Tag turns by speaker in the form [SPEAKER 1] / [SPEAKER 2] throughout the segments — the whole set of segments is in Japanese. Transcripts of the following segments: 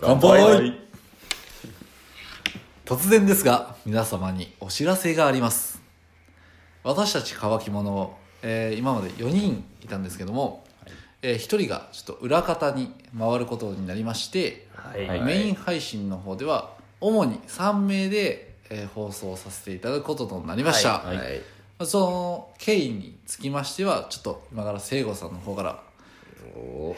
[SPEAKER 1] 乾杯突然ですが皆様にお知らせがあります私たち乾き物を、えー今まで4人いたんですけども、え1人がちょっと裏方に回ることになりまして、
[SPEAKER 2] はい
[SPEAKER 3] はい
[SPEAKER 1] メイン配信の方では主に3名で、えー放送させていただくこととなりました、
[SPEAKER 2] はいはい
[SPEAKER 1] その経緯につきましてはちょっと今から聖子さんの方から
[SPEAKER 2] おー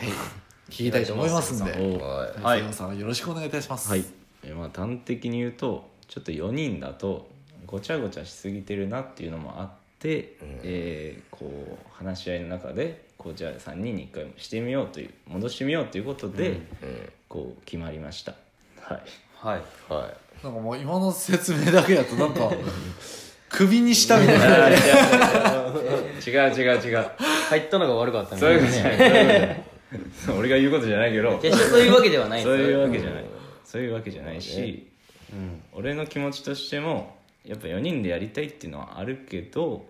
[SPEAKER 1] 聞きたいと思いますので
[SPEAKER 3] お
[SPEAKER 2] は
[SPEAKER 1] 聖
[SPEAKER 2] い
[SPEAKER 1] 子さんよろしくお願いいたします、
[SPEAKER 3] はい、えまあ端的に言うとちょっと4人だとごちゃごちゃしすぎてるなっていうのもあって、えーこう話し合いの中でこうじゃあ3人に1回もしてみようという戻してみようということで、こう決まりましたはい
[SPEAKER 2] はいは
[SPEAKER 1] なんかもう今の説明だけだとなん かクビにしたみたいな
[SPEAKER 3] 違う違う違う
[SPEAKER 2] い入ったのが悪かったみ
[SPEAKER 3] そう
[SPEAKER 2] た
[SPEAKER 3] い
[SPEAKER 2] いうなね
[SPEAKER 3] ことじゃないそういうことじゃない そう俺が言うことじゃないけど
[SPEAKER 2] 決してそういうわけではないん
[SPEAKER 3] そう
[SPEAKER 2] です
[SPEAKER 3] いう
[SPEAKER 2] よ
[SPEAKER 3] わけじゃないそういうわけじゃないし、俺の気持ちとしてもやっぱ4人でやりたいっていうのはあるけど、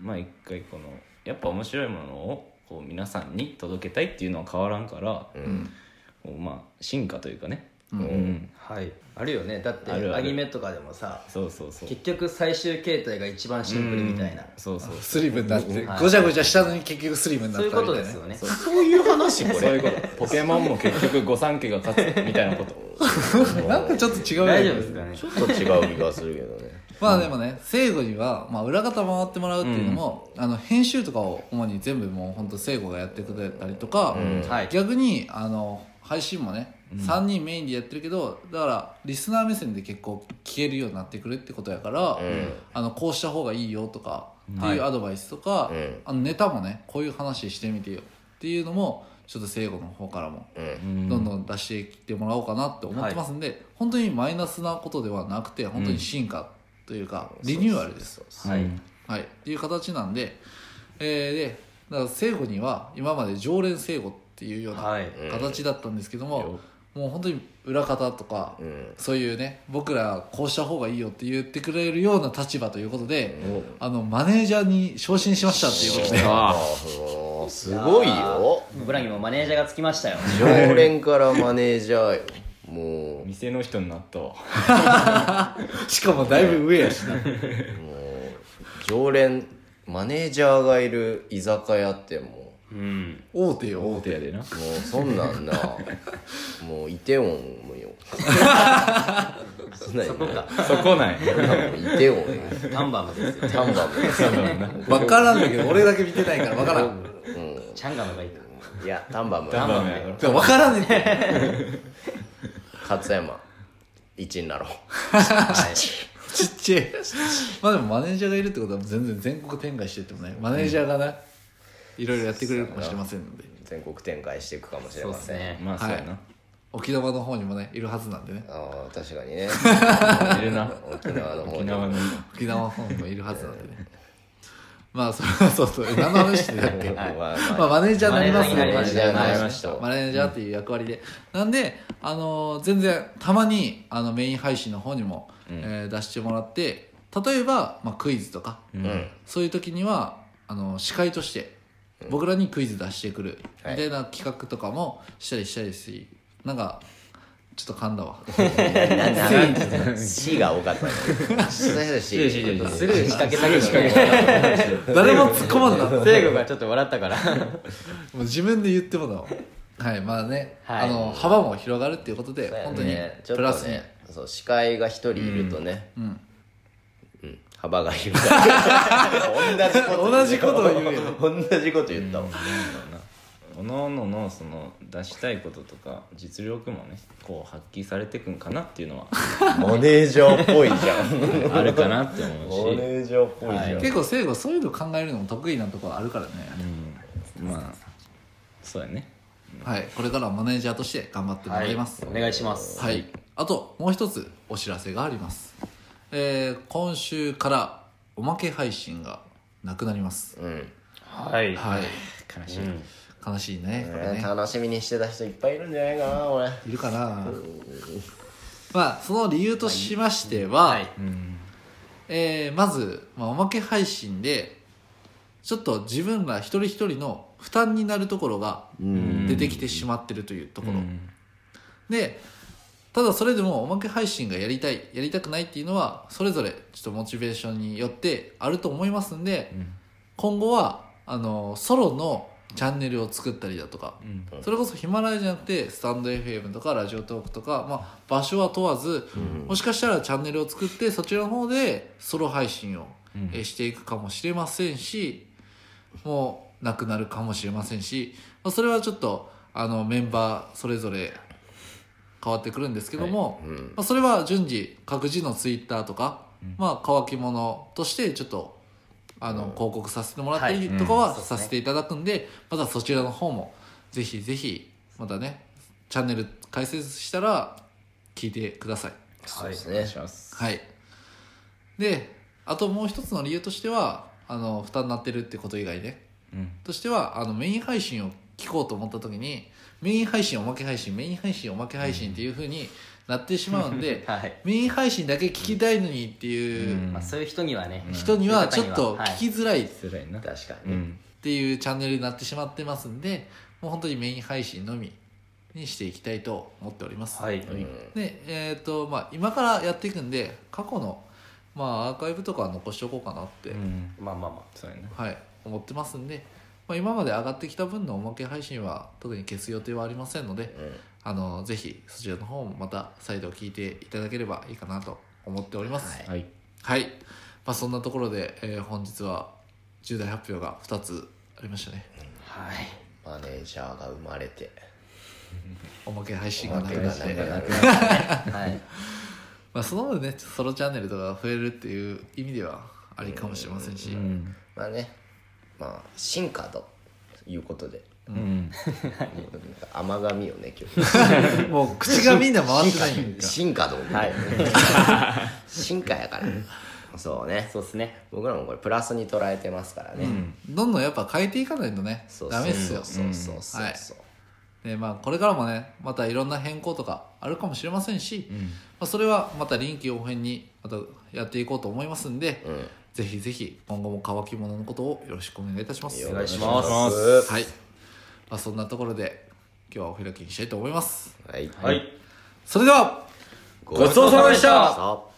[SPEAKER 3] まあ一回このやっぱ面白いものをこう皆さんに届けたいっていうのは変わらんから、こうまあ進化というかね、うん
[SPEAKER 2] はいあるよねだって
[SPEAKER 3] あるある
[SPEAKER 2] アニメとかでもさ
[SPEAKER 3] そうそうそう
[SPEAKER 2] 結局最終形態が一番シンプルみたいな
[SPEAKER 3] そうそう
[SPEAKER 1] スリムになって
[SPEAKER 2] はい
[SPEAKER 1] ごちゃごちゃしたのに結局スリムにな
[SPEAKER 2] そ
[SPEAKER 1] っ
[SPEAKER 2] うい
[SPEAKER 1] た
[SPEAKER 2] う
[SPEAKER 1] みた
[SPEAKER 2] こ
[SPEAKER 1] いな
[SPEAKER 2] とですよね
[SPEAKER 3] そういう話これ そういうことポケモンも結局御三家が勝つみたいなこと
[SPEAKER 1] なんかちょっと違うよね
[SPEAKER 2] 大丈夫ですかね
[SPEAKER 4] ちょっと違う気がするけどね
[SPEAKER 1] まあでもね聖子には、まあ、裏方回ってもらうっていうのも、あの編集とかを主に全部もう本当聖子がやってくれたりとか、
[SPEAKER 2] はい
[SPEAKER 1] 逆にあの配信もね、3人メインでやってるけどだからリスナー目線で結構消えるようになってくるってことやから、あのこうした方がいいよとかっていうアドバイスとか、
[SPEAKER 4] うん
[SPEAKER 1] あのネタもねこういう話してみてよっていうのもちょっと聖子の方からも
[SPEAKER 3] うん
[SPEAKER 1] どんどん出してきてもらおうかなって思ってますんで、本当にマイナスなことではなくて本当に進化というか、リニューアルです
[SPEAKER 3] はい
[SPEAKER 1] はいっていう形なんで、えーでだから聖子には今まで常連聖子っていうような
[SPEAKER 2] はい
[SPEAKER 1] 形だったんですけども
[SPEAKER 3] よ、
[SPEAKER 1] もう本当に裏方とか、
[SPEAKER 4] うん
[SPEAKER 1] そういうね僕らこうした方がいいよって言ってくれるような立場ということで、あのマネージャーに昇進しましたっていうことで
[SPEAKER 4] ああすごいよ
[SPEAKER 2] 僕らにもマネージャーがつきましたよ
[SPEAKER 4] 常連からマネージャーよも
[SPEAKER 3] 店の人になったわ
[SPEAKER 1] しかもだいぶ上やしな
[SPEAKER 4] うもう常連マネージャーがいる居酒屋っても
[SPEAKER 3] うん
[SPEAKER 1] 大手よ
[SPEAKER 3] 大手やでな
[SPEAKER 4] うもうそんなんなもうイテウォンもよそんなんやな
[SPEAKER 3] そこない
[SPEAKER 4] もうイテウォンよ
[SPEAKER 2] タンバムですよ
[SPEAKER 4] タンバム
[SPEAKER 1] 分からんだけど俺だけ見てないから分からん
[SPEAKER 2] チャンガムがいいない
[SPEAKER 4] やタンバム
[SPEAKER 3] ダンバムやろ
[SPEAKER 1] でも分からんねん て
[SPEAKER 4] 勝山一になろう
[SPEAKER 1] ちっちゃい まあでもマネージャーがいるってことは全然全国展開してってもねマネージャーがね、いろいろやってくれるかもしれませんので
[SPEAKER 4] 全国展開していくかもしれ
[SPEAKER 2] そう
[SPEAKER 4] ま
[SPEAKER 2] です
[SPEAKER 4] せん
[SPEAKER 2] ね
[SPEAKER 3] まあそうやな、
[SPEAKER 1] 沖縄の方にもねいるはずなんでね
[SPEAKER 4] ああ確かにね
[SPEAKER 3] い、る な
[SPEAKER 4] 沖縄の方
[SPEAKER 3] 沖
[SPEAKER 4] に
[SPEAKER 3] 縄の
[SPEAKER 1] 沖縄の方にもいるはずなんでねまあそれはそうそう何の話してたっけ
[SPEAKER 4] まあま
[SPEAKER 1] まあ、マネージャーになります
[SPEAKER 2] マ
[SPEAKER 4] ネージャーになりました
[SPEAKER 1] マネージャーっていう役割で、なんで、あのー全然たまにあのメイン配信の方にも、えー出してもらって例えば、まあ、クイズとか、そういう時にはあの司会として僕らにクイズ出してくるみたいな企画とかもしたりしたりしなんかちょっと噛んだ わ
[SPEAKER 4] あ C が多かったね C だ C
[SPEAKER 2] スルー仕掛けたけどね
[SPEAKER 1] 誰も突っ込まんなも
[SPEAKER 2] 聖子がちょっと笑ったから
[SPEAKER 1] う自分で言ってもだわはいまあね、
[SPEAKER 2] は
[SPEAKER 1] あ
[SPEAKER 2] い
[SPEAKER 1] の幅も広がるっていうことで、本当に
[SPEAKER 4] ねちょっ
[SPEAKER 1] プ
[SPEAKER 4] と
[SPEAKER 1] ラスに、
[SPEAKER 4] ねそう司会が一人いるとねうんうん幅が広がる
[SPEAKER 1] 同じことを言うよ
[SPEAKER 4] 同じこと言ったわ
[SPEAKER 3] おのおののその出したいこととか実力もねこう発揮されてくんかなっていうのは
[SPEAKER 4] マネージャーっぽいじゃん
[SPEAKER 3] あるかなって思
[SPEAKER 4] マ
[SPEAKER 3] う
[SPEAKER 4] ネ
[SPEAKER 3] し、
[SPEAKER 4] ージャーっぽいじゃん
[SPEAKER 1] 結構聖子そういうの考えるのも得意なところあるからね、
[SPEAKER 3] うん、まあそうやね
[SPEAKER 1] はい、これからはマネージャーとして頑張ってもらいます。
[SPEAKER 2] お願いします
[SPEAKER 1] はい、あともう一つお知らせがあります。えー今週からおまけ配信がなくなります。
[SPEAKER 4] うん
[SPEAKER 2] はい
[SPEAKER 1] はい、
[SPEAKER 3] 悲しい、
[SPEAKER 1] 悲しいね、これ
[SPEAKER 4] ね
[SPEAKER 1] ね。
[SPEAKER 4] 楽しみにしてた人いっぱいいるんじゃないかな俺
[SPEAKER 1] いるかな。まあ、その理由としましては、
[SPEAKER 2] はい
[SPEAKER 1] えーまず、まあ、おまけ配信で、ちょっと自分ら一人一人の負担になるところが出てきてしまってるというところ。で、ただそれでもおまけ配信がやりたいやりたくないっていうのはそれぞれちょっとモチベーションによってあると思いますんで、今後はあのソロのチャンネルを作ったりだとか、
[SPEAKER 4] うん
[SPEAKER 1] それこそヒマラヤじゃなくてスタンド FM とかラジオトークとか、まあ、場所は問わず、もしかしたらチャンネルを作ってそちらの方でソロ配信を、えーしていくかもしれませんしもうなくなるかもしれませんし、まあ、それはちょっとあのメンバーそれぞれ変わってくるんですけども、
[SPEAKER 4] うん
[SPEAKER 1] まあ、それは順次各自のツイッターとか、まあ、乾き物としてちょっとあの、広告させてもらったりとかは
[SPEAKER 2] そうです
[SPEAKER 1] さ
[SPEAKER 2] ね
[SPEAKER 1] せていただくんで,、またそちらの方もぜひぜひまたねチャンネル解説したら聞いてください
[SPEAKER 4] そうです
[SPEAKER 2] お
[SPEAKER 4] ね
[SPEAKER 2] 願いします
[SPEAKER 1] はいであともう一つの理由としてはあの負担になってるってこと以外ね
[SPEAKER 3] うん
[SPEAKER 1] としてはあのメイン配信を聞こうと思った時にメイン配信おまけ配信メイン配信おまけ配信っていう風になってしまうん で
[SPEAKER 2] はい
[SPEAKER 1] メイン配信だけ聞きたいのにっていううん
[SPEAKER 2] まあそういう人にはね
[SPEAKER 1] 人にはちょっと
[SPEAKER 2] はい
[SPEAKER 1] 聞きづらいっ
[SPEAKER 3] 辛いな
[SPEAKER 4] 確か
[SPEAKER 3] う
[SPEAKER 4] に、
[SPEAKER 3] ん
[SPEAKER 1] ていうチャンネルになってしまってますんでもう本当にメイン配信のみにしていきたいと思っております、
[SPEAKER 2] はい
[SPEAKER 1] でえっ、とまあ今からやっていくんで過去のまあアーカイブとかは残しておこうかなって、
[SPEAKER 3] うん
[SPEAKER 2] まあまあま
[SPEAKER 3] そうやな
[SPEAKER 1] はい、思ってますんで、まあ、今まで上がってきた分のおまけ配信は特に消す予定はありませんので、あのぜひそちらの方もまた再度聞いていただければいいかなと思っておりますはい、
[SPEAKER 3] はい
[SPEAKER 1] まあ、そんなところで、えー本日は重大発表が2つありましたね
[SPEAKER 2] あはい
[SPEAKER 4] マネージャーが生まれて
[SPEAKER 1] おまけ配信がなくなって
[SPEAKER 4] おまけ配信がなく
[SPEAKER 2] はい
[SPEAKER 1] まあ、その分ねソロチャンネルとか増えるっていう意味ではありかもしれませんし、
[SPEAKER 3] うん
[SPEAKER 4] まあねまあ進化ということで
[SPEAKER 3] うん
[SPEAKER 4] 甘がみをね今日
[SPEAKER 1] もう口がみんな回ってないんで
[SPEAKER 4] 進化どうみたいなね 進化やからそうね
[SPEAKER 2] そうですね
[SPEAKER 4] 僕らもこれプラスに捉えてますからね、
[SPEAKER 1] どんどんやっぱ変えていかないとね
[SPEAKER 4] そう
[SPEAKER 1] ダメっすよ
[SPEAKER 4] そうそうそう
[SPEAKER 1] はい
[SPEAKER 4] そう
[SPEAKER 1] でまあ、これからもねまたいろんな変更とかあるかもしれませんし、まあ、それはまた臨機応変にまたやっていこうと思いますんで、
[SPEAKER 4] ん
[SPEAKER 1] ぜひぜひ今後も乾き物のことをよろしくお願いいたします
[SPEAKER 4] よ
[SPEAKER 2] 願
[SPEAKER 4] ろ
[SPEAKER 2] いし
[SPEAKER 4] く
[SPEAKER 2] ま
[SPEAKER 4] お
[SPEAKER 2] す
[SPEAKER 4] 願いします
[SPEAKER 1] はい、まあ、そんなところで今日はお開きにしたいと思います
[SPEAKER 4] はい、
[SPEAKER 3] はい
[SPEAKER 1] それでは
[SPEAKER 4] ご
[SPEAKER 2] ちそうさまでした
[SPEAKER 4] さあ